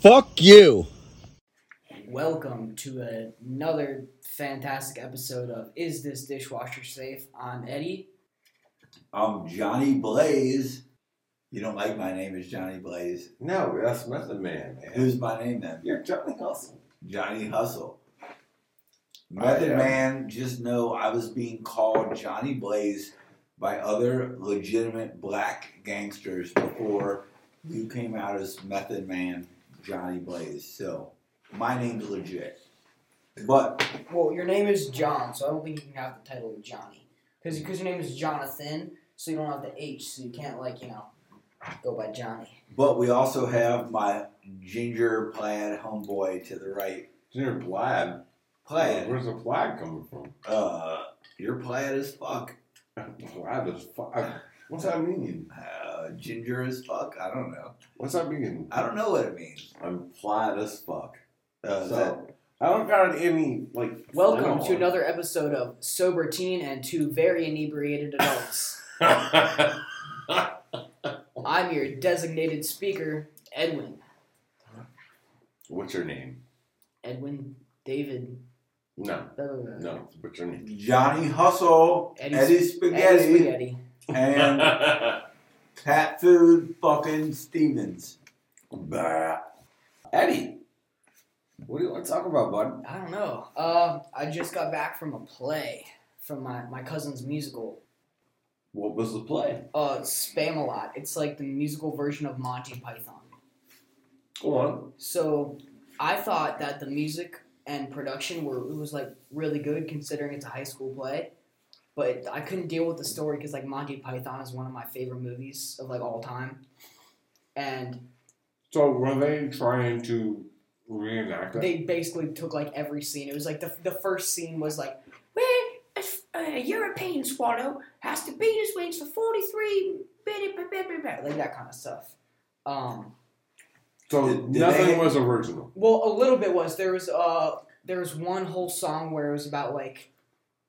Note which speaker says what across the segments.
Speaker 1: Fuck you.
Speaker 2: Welcome to another fantastic episode of Is This Dishwasher Safe? I'm Eddie.
Speaker 3: I'm Johnny Blaze. You don't like my name is Johnny Blaze.
Speaker 4: No, that's Method Man, man.
Speaker 3: Who's my name then?
Speaker 4: You're Johnny Hustle.
Speaker 3: Johnny Hustle. Method
Speaker 4: am.
Speaker 3: Man, just know I was being called Johnny Blaze by other legitimate black gangsters before you came out as Method Man Johnny Blaze. So my name's legit. But
Speaker 2: Well, your name is John, so I don't think you can have the title of Johnny. Because your name is Jonathan, so you don't have the H, so you can't, like, you know, go by Johnny.
Speaker 3: but we also have my ginger plaid homeboy to the right.
Speaker 4: Junior Plaid.
Speaker 3: Plaid.
Speaker 4: Where's the plaid coming from?
Speaker 3: Uh you're plaid as fuck.
Speaker 4: Plaid is fuck. What's that mean?
Speaker 3: Uh, ginger as fuck. I don't know.
Speaker 4: What's that mean?
Speaker 3: I don't know what it means.
Speaker 4: I'm plaid as fuck.
Speaker 3: Uh, is that-
Speaker 4: So, I don't got any, like.
Speaker 2: Welcome
Speaker 4: flannel
Speaker 2: to
Speaker 4: on.
Speaker 2: another episode of Sober Teen and Two Very Inebriated Adults. I'm your designated speaker, Edwin.
Speaker 4: What's your name?
Speaker 2: Edwin David.
Speaker 4: No,
Speaker 2: blah, blah, blah.
Speaker 4: no. What's your name?
Speaker 3: Johnny Hustle,
Speaker 2: Eddie
Speaker 3: Eddie,
Speaker 2: Eddie
Speaker 3: Spaghetti,
Speaker 2: Spaghetti.
Speaker 3: and Cat Food fucking Stevens.
Speaker 4: Bah. Eddie, what do you want to talk about, bud?
Speaker 2: I don't know. Uh, I just got back from a play from my, my cousin's musical.
Speaker 4: What was the play?
Speaker 2: Uh, Spam a lot. It's like the musical version of Monty Python.
Speaker 4: Go on.
Speaker 2: So I thought that the music and production were it was like really good considering it's a high school play, but I couldn't deal with the story because like Monty Python is one of my favorite movies of like all time, and
Speaker 4: So, were they trying to reenact it?
Speaker 2: they basically took like every scene. It was like the, the first scene was like, where a, a European swallow has to beat his wings for 43 minutes, blah, blah, blah, blah," like that kind of stuff. Um,
Speaker 4: so,
Speaker 3: Did- did
Speaker 4: nothing
Speaker 3: they-
Speaker 4: was original.
Speaker 2: well, a little bit was there was uh there was one whole song where it was about like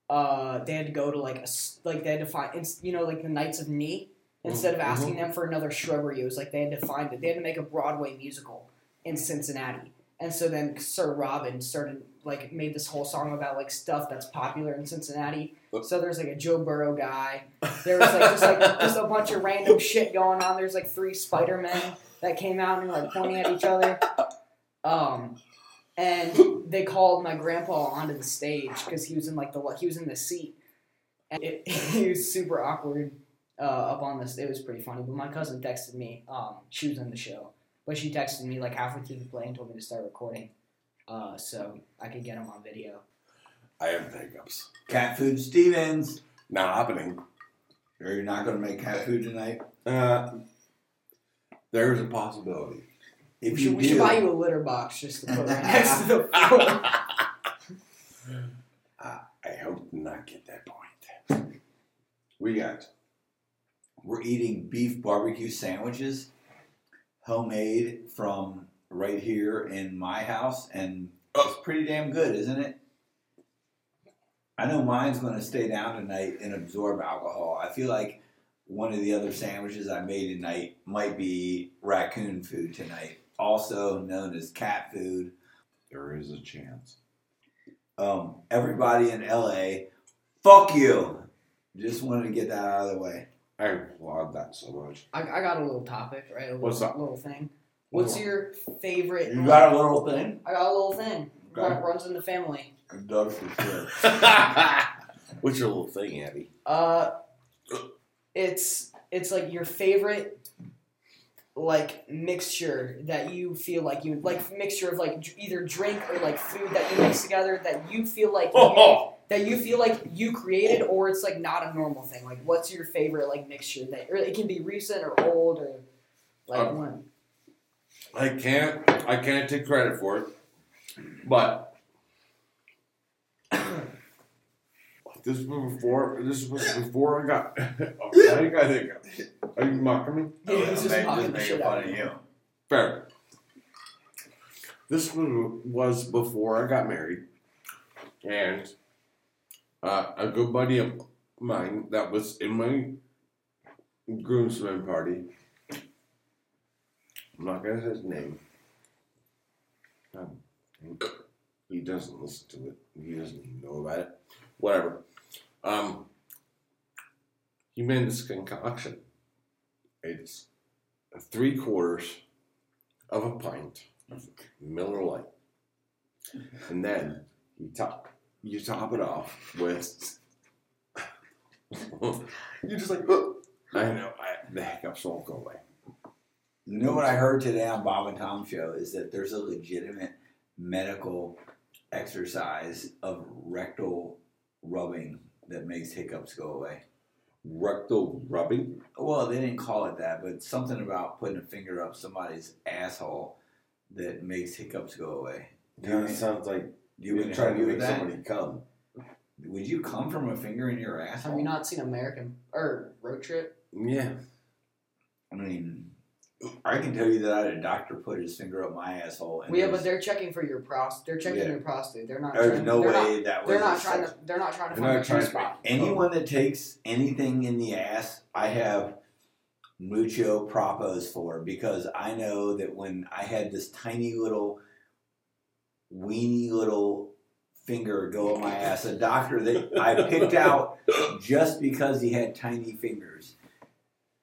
Speaker 2: uh they had to go to like a s- like they had to find it's you know like the Knights of Knee instead of
Speaker 4: Mhm.
Speaker 2: asking them for another shrubbery it was like they had to find it they had to make a Broadway musical in Cincinnati and so then Sir Robin started like made this whole song about like stuff that's popular in Cincinnati so there's like a Joe Burrow guy there was like just like just a bunch of random shit going on there's like three Spider Men that came out and like pointing at each other um and they called my grandpa onto the stage because he was in like the he was in the seat, and it, he was super awkward uh, up on this. It was pretty funny. But my cousin texted me. Um, she was in the show, but she texted me like halfway through the play and told me to start recording, uh, so I could get him on video.
Speaker 4: I have the hiccups.
Speaker 3: Cat Food Stevens.
Speaker 4: Not happening.
Speaker 3: Or you're not going to make cat food tonight?
Speaker 4: Uh, there's a possibility.
Speaker 3: If
Speaker 2: we
Speaker 3: you
Speaker 2: should, we
Speaker 3: do,
Speaker 2: should buy you a litter box just to put right next to the phone.
Speaker 4: I hope to not get that point. We got
Speaker 3: we're eating beef barbecue sandwiches, homemade from right here in my house, and it's pretty damn good, isn't it? I know mine's going to stay down tonight and absorb alcohol. I feel like one of the other sandwiches I made tonight might be raccoon food tonight, also known as cat food.
Speaker 4: there is a chance.
Speaker 3: Um, everybody in LA, fuck you. Just wanted to get that out of the way.
Speaker 4: I applaud that so much.
Speaker 2: I, I got a little topic, right? A little,
Speaker 4: What's up?
Speaker 2: Little thing.
Speaker 4: Oh.
Speaker 2: What's your favorite?
Speaker 3: You got a little thing?
Speaker 2: I got a little thing.
Speaker 3: Okay.
Speaker 2: Runs in the family.
Speaker 3: Doug's for sure.
Speaker 4: What's your little thing, Abby?
Speaker 2: Uh, it's it's like your favorite like mixture that you feel like you like mixture of like dr- either drink or like food that you mix together that you feel like you made-
Speaker 4: Oh,
Speaker 2: that you feel like you created or it's like not a normal thing like what's your favorite like mixture that or it can be recent or old or like
Speaker 4: Uh,
Speaker 2: one
Speaker 4: I can't. I can't take credit for it, but this was before. This was before I got. oh, I think I think. Are you mocking me?
Speaker 2: Yeah, he's just
Speaker 3: Make-
Speaker 2: mocking the
Speaker 3: making
Speaker 2: shit
Speaker 3: fun
Speaker 2: out of
Speaker 3: of
Speaker 2: you.
Speaker 3: you.
Speaker 4: Fair. This was was before I got married, and uh, a good buddy of mine that was in my groomsmen party. I'm not gonna say his name. Um, and he doesn't listen to it. He doesn't even know about it. Whatever. Um, he made this concoction. It's three quarters of a pint of Miller Lite, and then you top you top it off with. You're just like, "Ugh." I know. I, the hiccups won't go away.
Speaker 3: You know what I heard today on Bob and Tom show is that there's a legitimate medical exercise of rectal rubbing that makes hiccups go away.
Speaker 4: Rectal rubbing.
Speaker 3: Well, they didn't call it that, but something about putting a finger up somebody's asshole that makes hiccups go away.
Speaker 4: Kind of sounds like
Speaker 3: You
Speaker 4: you
Speaker 3: would
Speaker 4: were trying to
Speaker 3: do
Speaker 4: make
Speaker 3: that?
Speaker 4: somebody come.
Speaker 3: Would you come from a finger in your asshole?
Speaker 2: Have you not seen American or Road Trip?
Speaker 4: Yeah.
Speaker 3: I mean, I can tell you that I had a doctor put his finger up my asshole. And
Speaker 2: Well, yeah,
Speaker 3: there's-
Speaker 2: but they're checking for your prost. They're checking
Speaker 4: Yeah.
Speaker 2: your prostate. They're not.
Speaker 3: there's
Speaker 2: trying,
Speaker 3: no
Speaker 2: they're
Speaker 3: way
Speaker 2: Not,
Speaker 3: that was.
Speaker 2: they're not
Speaker 3: a
Speaker 2: trying
Speaker 3: sex-
Speaker 2: to. They're not trying to
Speaker 4: They're
Speaker 2: find
Speaker 4: not
Speaker 2: a
Speaker 4: trying
Speaker 2: G
Speaker 4: to-
Speaker 2: spot.
Speaker 3: Anyone
Speaker 4: Oh.
Speaker 3: that takes anything in the ass, I have mucho propos for because I know that when I had this tiny little, weeny little finger go up my ass, a doctor that I picked out just because he had tiny fingers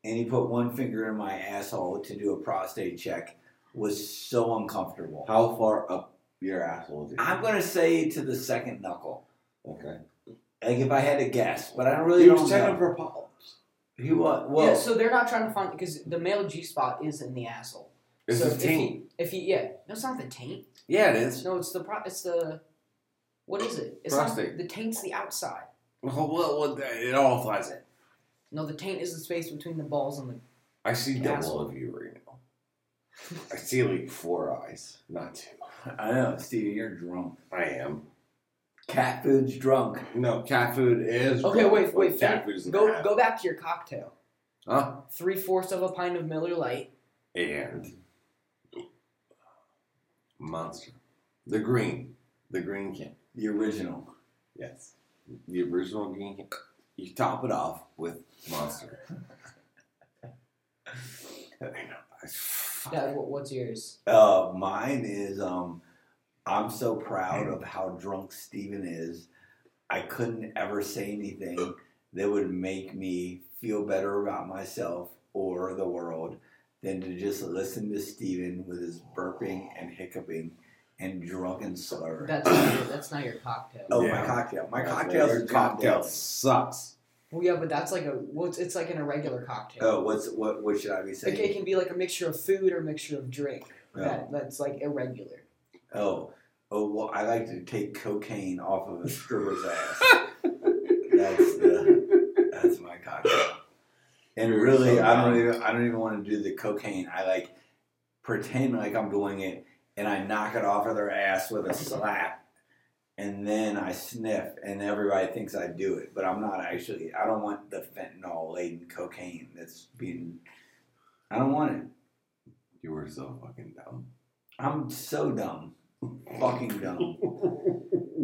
Speaker 3: and he put one finger in my asshole to do a prostate check was so uncomfortable.
Speaker 4: How far up your asshole is it?
Speaker 3: I'm going to say to the second knuckle.
Speaker 4: okay.
Speaker 3: Like if I had to guess, but I really don't know.
Speaker 4: for polyps.
Speaker 3: He was well.
Speaker 2: yeah, so they're not trying to find because the male G spot is in the asshole.
Speaker 4: It's
Speaker 2: so
Speaker 4: a taint.
Speaker 2: If he, yeah, no, it's not the taint.
Speaker 4: yeah, it is.
Speaker 2: No, it's the pro. It's the. What is it? It's
Speaker 4: Prostate.
Speaker 2: Not, the taint's the outside.
Speaker 4: Well, well, well, it all flies in.
Speaker 2: No, the taint is the space between the balls and the.
Speaker 4: I see
Speaker 2: Yeah.
Speaker 4: double of you right now. I see like four eyes, not two.
Speaker 3: I know, Steven, you're drunk.
Speaker 4: I am.
Speaker 3: Cat food's drunk.
Speaker 4: No, cat food is.
Speaker 2: Okay,
Speaker 4: wrong,
Speaker 2: wait,
Speaker 4: but
Speaker 2: wait.
Speaker 4: Cat
Speaker 2: fin-
Speaker 4: food is
Speaker 2: go go back to your cocktail.
Speaker 4: Huh?
Speaker 2: Three fourths of a pint of Miller Lite.
Speaker 4: And monster, the green, the green can.
Speaker 3: The original.
Speaker 4: Yes. The original green can. You top it off with Monster. I know. I- fuck.
Speaker 2: Yeah, what, what's yours?
Speaker 3: Uh, mine is um, I'm so proud of how drunk Steven is. I couldn't ever say anything that would make me feel better about myself or the world than to just listen to Steven with his burping and hiccuping and drunken slur.
Speaker 2: That's not your, that's not your cocktail.
Speaker 3: oh,
Speaker 4: Yeah.
Speaker 3: my cocktail. My
Speaker 4: That's
Speaker 3: cocktail's
Speaker 4: right.
Speaker 3: a
Speaker 4: cocktail
Speaker 3: cocktail.
Speaker 4: sucks.
Speaker 2: Well, yeah, but that's like a well, it's, it's like an irregular cocktail.
Speaker 3: Oh, what's what? What should I be saying?
Speaker 2: Like, it can be like a mixture of food or a mixture of drink.
Speaker 3: Oh.
Speaker 2: That, that's like irregular.
Speaker 3: Oh, oh well, I like to take cocaine off of a stripper's ass. that's the that's my cocktail. And really, I
Speaker 4: um,
Speaker 3: don't even I don't even want to do the cocaine. I like pretend like I'm doing it, and I knock it off of their ass with a slap, and then I sniff, and everybody thinks I do it, but I'm not actually. I don't want the fentanyl laden cocaine that's being. I don't want it.
Speaker 4: You were so fucking dumb.
Speaker 3: I'm so dumb, fucking dumb.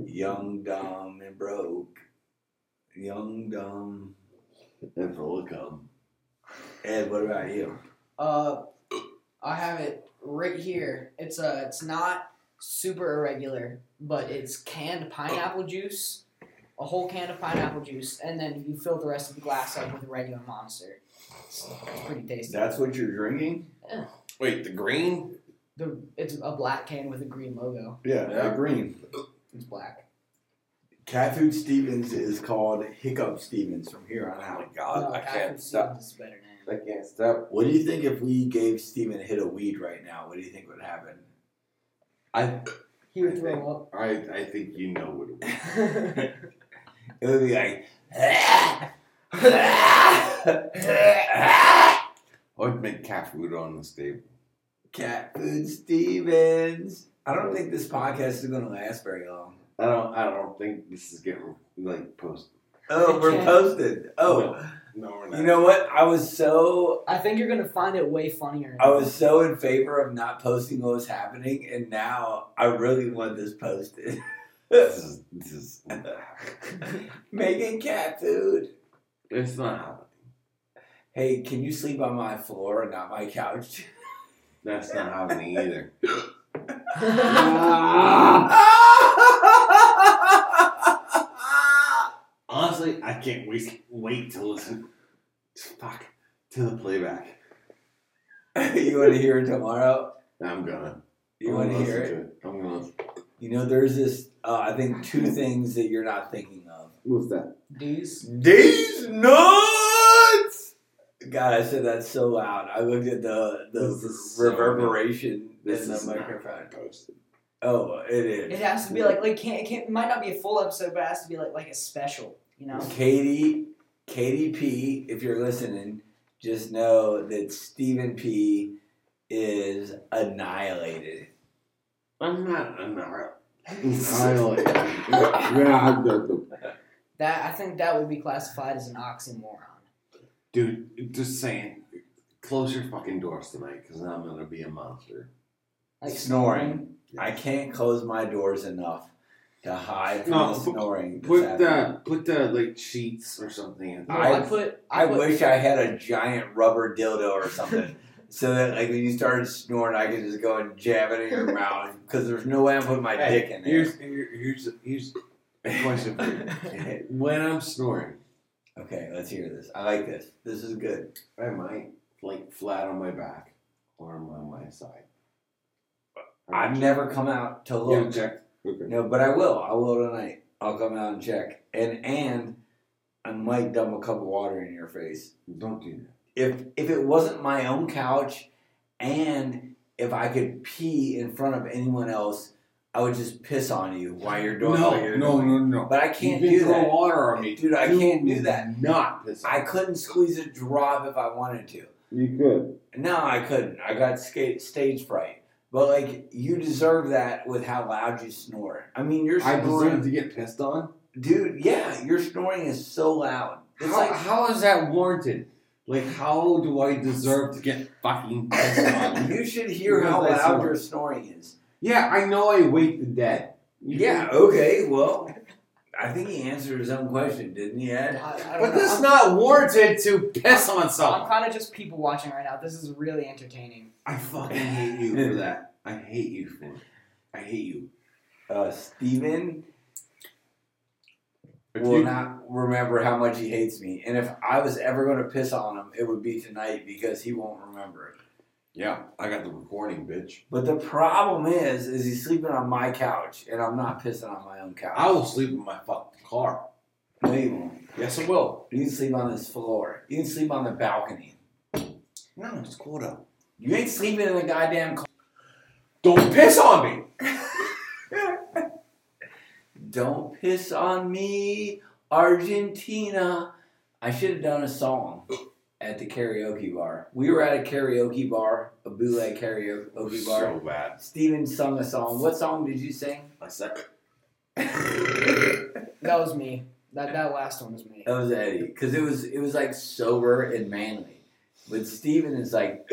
Speaker 3: Young, dumb, and broke. Young, dumb.
Speaker 4: and full of cum.
Speaker 3: Ed, what about you?
Speaker 2: Uh, I have it right here. It's uh, it's not super irregular, but it's canned pineapple juice, a whole can of pineapple juice, and then you fill the rest of the glass up with regular Monster. It's, it's pretty tasty.
Speaker 3: That's what you're drinking?
Speaker 4: Wait, the green?
Speaker 2: the, it's a black can with a green logo.
Speaker 3: Yeah,
Speaker 4: Yeah.
Speaker 3: green.
Speaker 2: It's black.
Speaker 3: Cat Food Stevens is called Hiccup Stevens from here on
Speaker 4: Oh my
Speaker 3: out.
Speaker 4: god,
Speaker 2: No,
Speaker 4: I
Speaker 2: Captain
Speaker 4: can't stop.
Speaker 2: Stevens is a better name.
Speaker 4: I can't stop.
Speaker 3: What do you think if we gave Steven a hit of weed right now? What do you think would happen?
Speaker 4: I
Speaker 2: He would throw up.
Speaker 4: I I think you know what it was.
Speaker 3: It would be like,
Speaker 4: I would make cat food on this table.
Speaker 3: Cat Food Stevens. I don't think this podcast is going to last very long.
Speaker 4: I don't I don't think this is getting like posted.
Speaker 3: Oh,
Speaker 2: It
Speaker 3: we're
Speaker 2: can't.
Speaker 3: posted. Oh,
Speaker 4: No, we're not.
Speaker 3: You know what? I was so
Speaker 2: I think you're gonna find it way funnier.
Speaker 3: I was so in favor of not posting what was happening, and now I really want this posted.
Speaker 4: this is this is
Speaker 3: Making cat food.
Speaker 4: it's not happening.
Speaker 3: Hey, can you sleep on my floor and not my couch?
Speaker 4: That's not happening either. Honestly, I can't wait wait to listen. Fuck to the playback.
Speaker 3: you want to hear it tomorrow?
Speaker 4: I'm gonna.
Speaker 3: You
Speaker 4: I'm
Speaker 3: want to
Speaker 4: gonna
Speaker 3: hear
Speaker 4: listen
Speaker 3: it?
Speaker 4: to it? I'm gonna.
Speaker 3: You know, there's this. Uh, I think two things that you're not thinking of.
Speaker 4: What's that?
Speaker 2: Deuce.
Speaker 3: These nuts. God, I said that so loud. I looked at the the
Speaker 4: This is so
Speaker 3: reverberation
Speaker 4: This
Speaker 3: in the
Speaker 4: is not
Speaker 3: microphone.
Speaker 4: posted.
Speaker 3: Oh, it is.
Speaker 2: It has to be like like can't, it can't it might not be a full episode, but it has to be like like a special, you know.
Speaker 3: Katie, Katie P, if you're listening, just know that Stephen P is annihilated.
Speaker 4: I'm not. I'm not. yeah, I'm good.
Speaker 2: That I think that would be classified as an oxymoron.
Speaker 4: Dude, just saying. Close your fucking doors tonight, because I'm gonna be a monster.
Speaker 2: Like
Speaker 3: snoring. I can't close my doors enough to hide from
Speaker 4: No,
Speaker 3: the
Speaker 4: put-
Speaker 3: snoring. that's
Speaker 4: Put
Speaker 3: happening.
Speaker 4: the put the like sheets or something. In
Speaker 2: No,
Speaker 3: I-
Speaker 2: I, put
Speaker 3: I
Speaker 2: put,
Speaker 3: wish I had a giant rubber dildo or something. So that, like, when you started snoring, I could just go and jab it in your mouth because there's no way I'm putting my
Speaker 4: Hey,
Speaker 3: dick in there.
Speaker 4: here's here- here's here's a question for you. when I'm snoring,
Speaker 3: Okay, let's hear this. I like this. This is good.
Speaker 4: I might like flat on my back or I'm on my side.
Speaker 3: I've never come out to
Speaker 4: You
Speaker 3: look.
Speaker 4: haven't checked? Okay.
Speaker 3: No, but I will. I will tonight. I'll come out and check. And and I might dump a cup of water in your face.
Speaker 4: Don't do that.
Speaker 3: If if it wasn't my own couch and if I could pee in front of anyone else, I would just piss on you while you're doing what
Speaker 4: No,
Speaker 3: you're
Speaker 4: no,
Speaker 3: doing.
Speaker 4: no, no.
Speaker 3: But I can't
Speaker 4: you can
Speaker 3: do
Speaker 4: throw
Speaker 3: that.
Speaker 4: water on me.
Speaker 3: Dude, I can't do that.
Speaker 4: Not this.
Speaker 3: I couldn't squeeze a drop if I wanted to.
Speaker 4: You could.
Speaker 3: No, I couldn't. I got skate, stage fright. But like you deserve that with how loud you snore. I mean, you're
Speaker 4: I deserve
Speaker 3: snoring,
Speaker 4: to get pissed on.
Speaker 3: dude. Yeah, your snoring is so loud. It's
Speaker 4: How,
Speaker 3: like
Speaker 4: how is that warranted? Like, how do I deserve to get fucking pissed on?
Speaker 3: you should hear
Speaker 4: Because
Speaker 3: how
Speaker 4: I
Speaker 3: loud
Speaker 4: snore.
Speaker 3: your snoring is.
Speaker 4: yeah, I know I wake the dead.
Speaker 3: Yeah. Okay. Well, I think he answered his own question, didn't he?
Speaker 2: I,
Speaker 3: Ed?
Speaker 2: I don't
Speaker 4: But
Speaker 2: know.
Speaker 4: this is
Speaker 2: I'm,
Speaker 4: not warranted to piss on
Speaker 2: I'm
Speaker 4: someone.
Speaker 2: kind of just people watching right now. This is really entertaining.
Speaker 4: I fucking hate you for that. I hate you for it. I hate you.
Speaker 3: Uh, Steven
Speaker 4: If
Speaker 3: will
Speaker 4: you-
Speaker 3: not remember how much he hates me, and if I was ever going to piss on him, it would be tonight because he won't remember it.
Speaker 4: Yeah, I got the recording, bitch.
Speaker 3: But the problem is, is he's sleeping on my couch, and I'm not pissing on my own couch.
Speaker 4: I will sleep in my fucking car.
Speaker 3: No, you won't.
Speaker 4: Yes, I will.
Speaker 3: You can sleep on this floor. You can sleep on the balcony.
Speaker 4: No, it's cold out.
Speaker 3: You ain't sleeping in the goddamn. Car.
Speaker 4: Don't piss on me.
Speaker 3: Don't piss on me, Argentina. I should have done a song at the karaoke bar. We were at a karaoke bar, a bootleg karaoke bar.
Speaker 4: So bad.
Speaker 3: Steven sung a song. What song did you sing?
Speaker 4: I said.
Speaker 2: That was me. That that last one was me.
Speaker 3: That was Eddie, because it was it was like sober and manly. But Steven is like,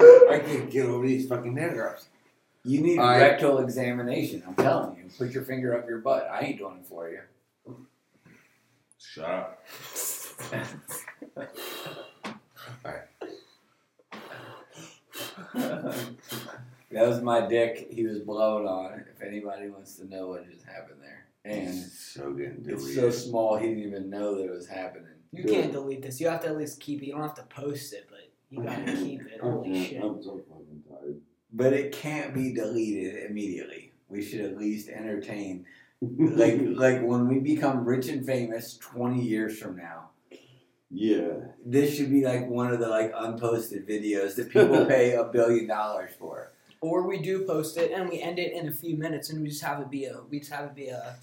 Speaker 4: I can't get over these fucking handcuffs.
Speaker 3: you need
Speaker 4: I-
Speaker 3: rectal examination. I'm telling you, put your finger up your butt. I ain't doing it for you.
Speaker 4: Shut up.
Speaker 3: that was my dick. He was blowing on. If anybody wants to know what just happened there, and
Speaker 4: It's so good.
Speaker 3: it's so small he didn't even know that it was happening.
Speaker 2: You can't delete this. You have to at least keep it. You don't have to post it, but you gotta keep it. Holy shit.
Speaker 4: Mm-hmm. I'm so fucking tired.
Speaker 3: But it can't be deleted immediately. We should at least entertain. like like when we become rich and famous 20 years from now
Speaker 4: yeah.
Speaker 3: this should be like one of the like unposted videos that people pay a billion dollars for
Speaker 2: Or we do post it and we end it in a few minutes and we just have it be a we just have it be a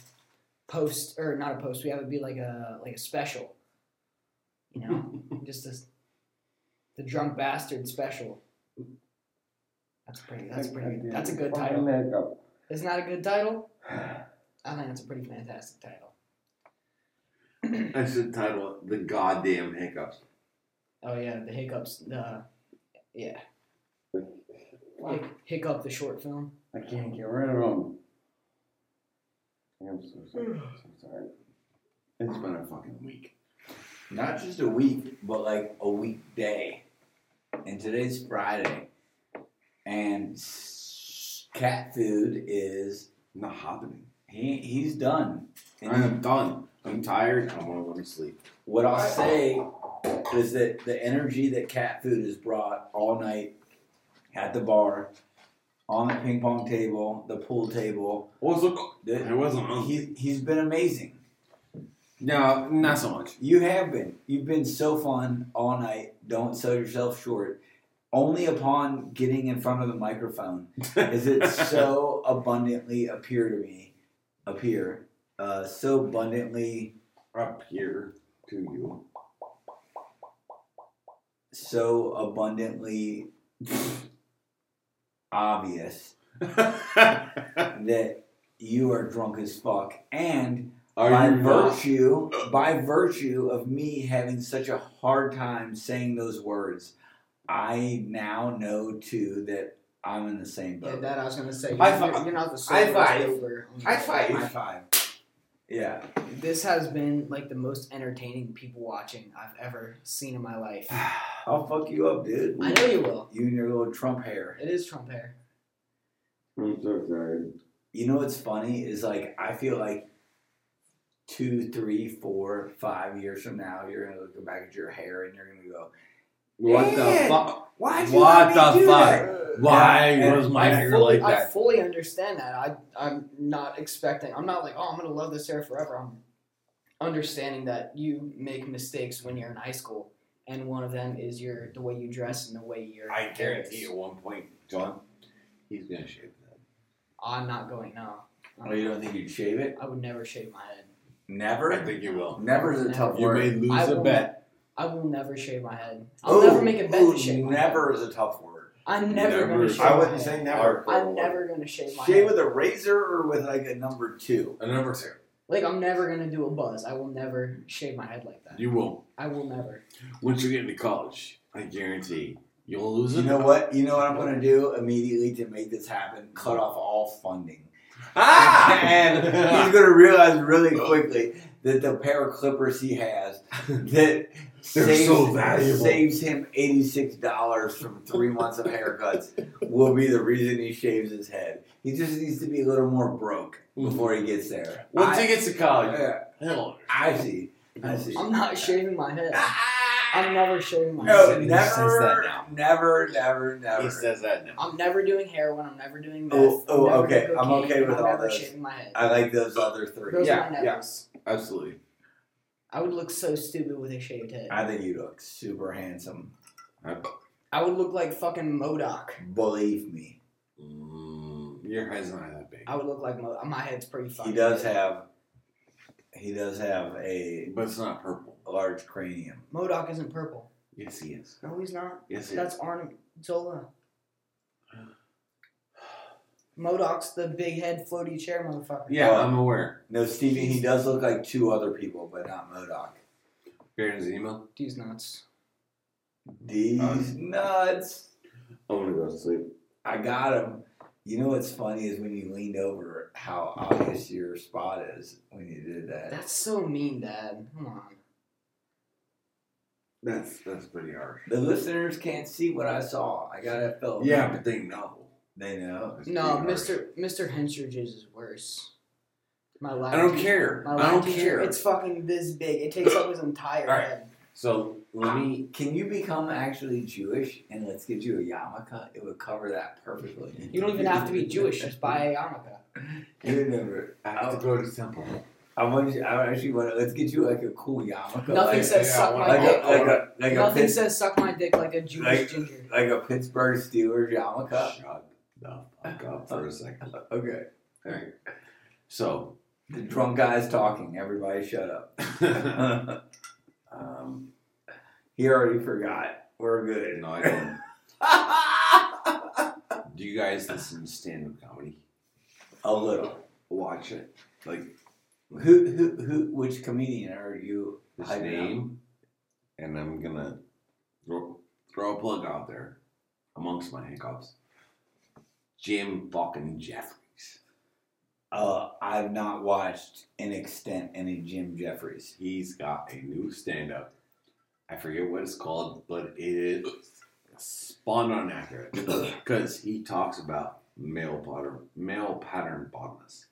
Speaker 2: post or not a post, we have it be like a like a special. You know? just this the drunk bastard special. That's pretty that's pretty good. That's a good title. Isn't that a good title? I think that's a pretty fantastic title.
Speaker 4: I should title it The Goddamn Hiccups.
Speaker 2: Oh yeah, the hiccups the yeah. Hic- hiccup the short film.
Speaker 4: I can't get rid of them. I'm so sorry. So sorry. It's been a fucking week.
Speaker 3: not just a week but like a weekday and today's friday and s- cat food is
Speaker 4: Not happening.
Speaker 3: he, he's done.
Speaker 4: I am done. I'm tired. I want to go to sleep.
Speaker 3: What I'll say is that the energy that cat food has brought all night at the bar, on the ping pong table, the pool table,
Speaker 4: Also, I
Speaker 3: the,
Speaker 4: wasn't on.
Speaker 3: he, he's been amazing.
Speaker 4: No, not so much.
Speaker 3: You have been. You've been so fun all night. Don't sell yourself short. Only upon getting in front of the microphone is it so abundantly appear to me, appear, uh, so abundantly,
Speaker 4: up here to you?
Speaker 3: so abundantly obvious
Speaker 4: Are
Speaker 3: that you are drunk as fuck and by
Speaker 4: you not?
Speaker 3: virtue by virtue of me having such a hard time saying those words i now know too that i'm in the same
Speaker 2: Yeah,
Speaker 3: boat
Speaker 2: that I was gonna say.
Speaker 3: High
Speaker 2: You're,
Speaker 3: five.
Speaker 2: you're not the
Speaker 3: High
Speaker 2: sober
Speaker 3: five.
Speaker 2: sober.
Speaker 4: High five.
Speaker 3: High five yeah
Speaker 2: This has been like the most entertaining people watching I've ever seen in my life.
Speaker 3: i'll fuck you up dude
Speaker 2: I know you will.
Speaker 3: you and your little trump hair
Speaker 2: It is Trump hair.
Speaker 4: I'm so tired.
Speaker 3: you know what's funny is like i feel like two three four five years from now you're gonna look back at your hair and you're gonna go
Speaker 4: What the
Speaker 3: Yeah.
Speaker 4: fuck?
Speaker 3: why
Speaker 4: What the fuck? Why
Speaker 3: Yeah, and
Speaker 4: was my
Speaker 3: I
Speaker 4: hair
Speaker 2: Fully-
Speaker 4: like
Speaker 2: I
Speaker 4: that?
Speaker 2: fully understand that. I I'm not expecting. I'm not like oh I'm gonna love this hair forever. I'm understanding that you make mistakes when you're in high school, and one of them is your the way you dress and the way you're.
Speaker 4: I guarantee you, at one point, John, he's gonna shave that.
Speaker 2: I'm not going no.
Speaker 3: Oh, you don't think you'd shave it?
Speaker 2: I would never shave my head.
Speaker 3: Never?
Speaker 4: I think you will.
Speaker 3: Never is a tough
Speaker 4: You
Speaker 3: word.
Speaker 4: may lose
Speaker 2: I
Speaker 4: a
Speaker 2: will-
Speaker 4: bet.
Speaker 2: I will never shave my head. I'll
Speaker 4: Oh,
Speaker 2: never make a bet
Speaker 3: Ooh,
Speaker 2: to shave my head.
Speaker 3: Never is a tough word.
Speaker 2: I'm never,
Speaker 4: Never.
Speaker 2: gonna shave
Speaker 4: I
Speaker 2: my head.
Speaker 3: never.
Speaker 2: I'm never gonna shave my
Speaker 3: Shave
Speaker 2: head.
Speaker 3: with a razor or with like a number two?
Speaker 4: A number two.
Speaker 2: Like I'm never gonna do a buzz. I will never shave my head like that.
Speaker 4: You will.
Speaker 2: I will never.
Speaker 4: Once you get into college, I guarantee you'll lose
Speaker 3: You
Speaker 4: it.
Speaker 3: know what? You know what I'm gonna do immediately to make this happen? Cut off all funding.
Speaker 4: Ah!
Speaker 3: and he's gonna realize really quickly that the pair of clippers he has that saves,
Speaker 4: so valuable.
Speaker 3: saves him eighty six dollars from three months of haircuts will be the reason he shaves his head. He just needs to be a little more broke before he gets there.
Speaker 4: Once
Speaker 3: I- oh,
Speaker 4: he gets to college,
Speaker 3: Yeah,
Speaker 4: hell.
Speaker 3: I see. I see.
Speaker 2: I'm not shaving my head.
Speaker 3: Ah!
Speaker 2: I'm never shaving my
Speaker 3: No,
Speaker 2: head.
Speaker 4: He says that
Speaker 3: never,
Speaker 4: now.
Speaker 3: never, never,
Speaker 4: He
Speaker 3: never.
Speaker 4: says that now.
Speaker 2: I'm never doing heroin. I'm never doing meth.
Speaker 3: Oh, oh,
Speaker 2: I'm never
Speaker 3: okay.
Speaker 2: doing
Speaker 3: I'm
Speaker 2: cocaine,
Speaker 3: okay with
Speaker 2: I'm
Speaker 3: all
Speaker 2: never
Speaker 3: those.
Speaker 2: shaving my head.
Speaker 3: I like those other three.
Speaker 2: Those
Speaker 4: Yeah,
Speaker 2: are my nevers.
Speaker 4: Absolutely.
Speaker 2: I would look so stupid with a shaved head.
Speaker 3: I think you look super handsome.
Speaker 2: I would look like fucking Modoc.
Speaker 3: Believe me,
Speaker 4: Mm, your head's not that big.
Speaker 2: I would look like Modoc. My head's pretty fucking.
Speaker 3: he does
Speaker 2: big.
Speaker 3: have. He does have a
Speaker 4: But it's not purple.
Speaker 3: large cranium.
Speaker 2: Modoc isn't purple.
Speaker 4: Yes, he is.
Speaker 2: No, he's not.
Speaker 4: Yes, he
Speaker 2: That's Arnim Zola. Modoc's the big head floaty chair motherfucker.
Speaker 4: is. Yeah, I'm aware.
Speaker 3: No, Stevie, he does look like two other people, but not Modoc.
Speaker 4: Baron's email.
Speaker 2: He's nuts.
Speaker 3: These
Speaker 4: Uh,
Speaker 3: nuts.
Speaker 4: I'm gonna go to sleep.
Speaker 3: I got him. You know what's funny is when you leaned over, how obvious your spot is when you did that.
Speaker 2: That's so mean, Dad. Come on.
Speaker 4: That's that's pretty harsh.
Speaker 3: The listeners can't see what I saw. I gotta film.
Speaker 4: Yeah, but they know.
Speaker 3: they know.
Speaker 4: That's
Speaker 2: No,
Speaker 4: pretty harsh.
Speaker 2: Mr. Mr. Henstridge's is worse. My lab
Speaker 4: I don't
Speaker 2: teacher-
Speaker 4: care.
Speaker 2: My
Speaker 4: I
Speaker 2: lab
Speaker 4: don't
Speaker 2: teacher,
Speaker 4: care.
Speaker 2: It's fucking this big. It takes up his entire
Speaker 4: All right.
Speaker 2: head.
Speaker 4: so let me.
Speaker 3: Can you become actually Jewish and let's get you a yarmulke? It would cover that perfectly.
Speaker 2: You don't even have to be Jewish. Just buy a yarmulke.
Speaker 3: You never.
Speaker 4: I
Speaker 3: have to
Speaker 4: go to temple.
Speaker 3: I want you. I actually want. to Let's get you like a cool yarmulke.
Speaker 2: Nothing
Speaker 3: like,
Speaker 2: says
Speaker 4: yeah,
Speaker 2: suck
Speaker 4: I
Speaker 2: my
Speaker 3: like
Speaker 4: wanna-
Speaker 2: dick.
Speaker 3: a like a like a,
Speaker 2: Nothing
Speaker 3: Pitts,
Speaker 2: says suck my dick like a Jewish
Speaker 3: Like-
Speaker 2: ginger.
Speaker 3: like a Pittsburgh Steelers yarmulke.
Speaker 4: Shut the fuck up for a second. All
Speaker 3: Okay.
Speaker 4: right. So,
Speaker 3: The drunk guy's talking. Everybody, shut up.
Speaker 4: no,
Speaker 3: um, he already forgot. We're good.
Speaker 4: I don't. Do you guys listen to stand up comedy?
Speaker 3: a little.
Speaker 4: Watch it. Like
Speaker 3: Who who who? Which comedian are you?
Speaker 4: his
Speaker 3: I know.
Speaker 4: name, and I'm gonna throw, throw a plug out there amongst my hiccups. Jim fucking Jeffries.
Speaker 3: Uh, I've not watched in extent any Jim Jeffries.
Speaker 4: He's got a new stand up. I forget what it's called, but it is spot on accurate because he talks about male pattern male pattern botanist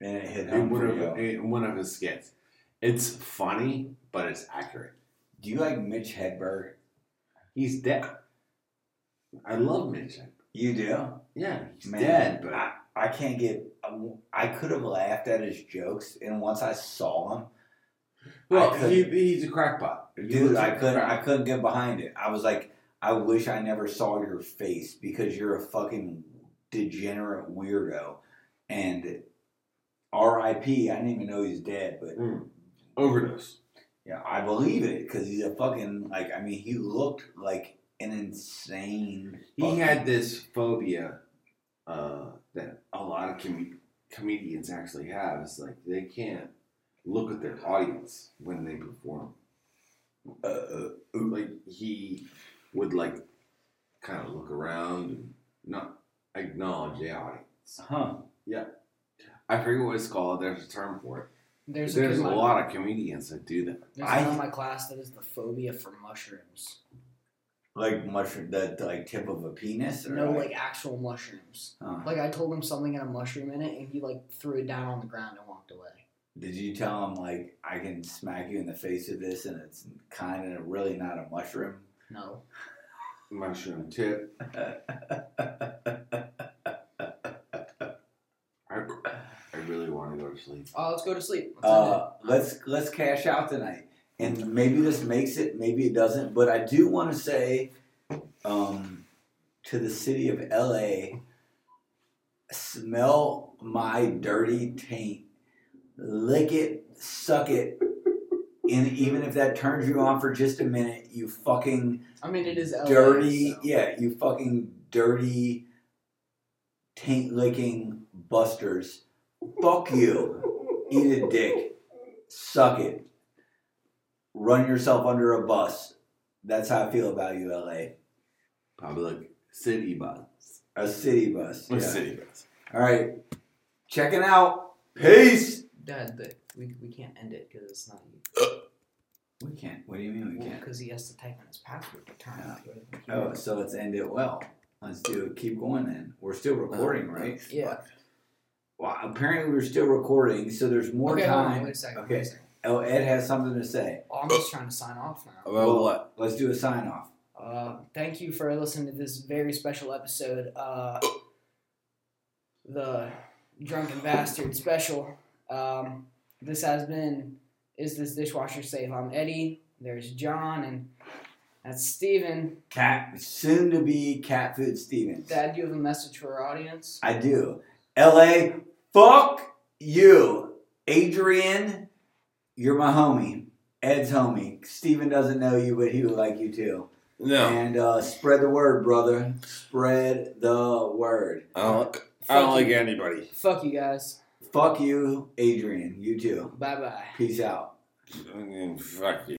Speaker 3: And it hit
Speaker 4: in
Speaker 3: home
Speaker 4: one,
Speaker 3: for
Speaker 4: of,
Speaker 3: you.
Speaker 4: in one of his skits. It's funny, but it's accurate.
Speaker 3: Do you like Mitch Hedberg?
Speaker 4: He's dead. I love Mitch.
Speaker 3: You do?
Speaker 4: Yeah, he's
Speaker 3: Man,
Speaker 4: dead, but
Speaker 3: I, I can't get. um, I could have laughed at his jokes, and once I saw him,
Speaker 4: well,
Speaker 3: I could-
Speaker 4: he, he's a crackpot. If you
Speaker 3: dude,
Speaker 4: look
Speaker 3: I
Speaker 4: at
Speaker 3: couldn't. I
Speaker 4: crack-
Speaker 3: couldn't get behind it. I was like, I wish I never saw your face because you're a fucking degenerate weirdo. And R.I.P. I didn't even know he's dead, but
Speaker 4: Mm. Overdose.
Speaker 3: Yeah, I believe it because he's a fucking like. I mean, he looked like an insane.
Speaker 4: He
Speaker 3: fucking-
Speaker 4: had this phobia uh, that a lot of com- comedians actually have. It's like they can't look at their audience when they perform.
Speaker 3: Uh, uh,
Speaker 4: Like he would like kind of look around and not acknowledge the audience.
Speaker 3: huh?
Speaker 4: I forget what it's called. There's a term for it.
Speaker 2: There's,
Speaker 4: There's,
Speaker 2: a, kid
Speaker 4: a
Speaker 2: in my-
Speaker 4: lot of comedians that do that.
Speaker 2: There's
Speaker 3: I-
Speaker 2: one in my class that is the phobia for mushrooms.
Speaker 3: Like mushroom, the, the like tip of a penis, or uh-huh.
Speaker 2: No, like actual mushrooms.
Speaker 3: Huh.
Speaker 2: Like I told him something had a mushroom in it, and he like threw it down on the ground and walked away.
Speaker 3: Did you tell him like I can smack you in the face with this, and it's kind of really not a mushroom?
Speaker 2: No,
Speaker 4: Mushroom tip. I, I really want to go to sleep.
Speaker 2: oh, let's go to sleep. Let's end it.
Speaker 3: Uh, let's let's cash out tonight, and maybe this makes it, maybe it doesn't. But I do want to say, um, to the city of LA, smell my dirty taint, lick it, suck it, and even if that turns you on for just a minute, you fucking
Speaker 2: I mean, it is LA,
Speaker 3: dirty,
Speaker 2: so-
Speaker 3: yeah, you fucking dirty taint licking busters. Fuck you eat a dick, suck it, run yourself under a bus. That's how I feel about you, LA.
Speaker 4: Public city bus.
Speaker 3: A city bus.
Speaker 4: A
Speaker 3: yeah.
Speaker 4: city bus.
Speaker 3: All right, checking out. Peace.
Speaker 2: Dad, but we, we can't end it because it's not you.
Speaker 3: We can't. What do you mean we can't?
Speaker 2: Because he has to type in his password for time.
Speaker 3: Oh, so let's end it well. Let's do it. Keep going then. We're still recording, right?
Speaker 2: Yeah.
Speaker 3: Well, apparently we're still recording, so there's more
Speaker 2: okay, hold on,
Speaker 3: time.
Speaker 2: wait a second.
Speaker 3: Okay.
Speaker 2: Wait a second.
Speaker 3: Oh, Ed has something to say.
Speaker 2: Oh, I'm just trying to sign off now.
Speaker 4: Well, what?
Speaker 3: Let's do a sign off.
Speaker 2: Uh, thank you for listening to this very special episode, uh, the Drunken Bastard special. Um, this has been Is This Dishwasher Safe? I'm Eddie, there's John, and that's Steven.
Speaker 3: Cat, soon to be Cat Food Stevens.
Speaker 2: Dad, do you have a message for our audience?
Speaker 3: I do. LA, fuck you. Adrian, you're my homie. Ed's homie. Steven doesn't know you, but he would like you too.
Speaker 4: No.
Speaker 3: And uh, spread the word, brother. Spread the word.
Speaker 4: I don't, I
Speaker 2: Fuck
Speaker 4: don't
Speaker 2: you.
Speaker 4: like anybody.
Speaker 2: Fuck you guys.
Speaker 3: Fuck you, Adrian. You too.
Speaker 2: Bye bye.
Speaker 3: Peace out.
Speaker 4: Fucking Fuck you.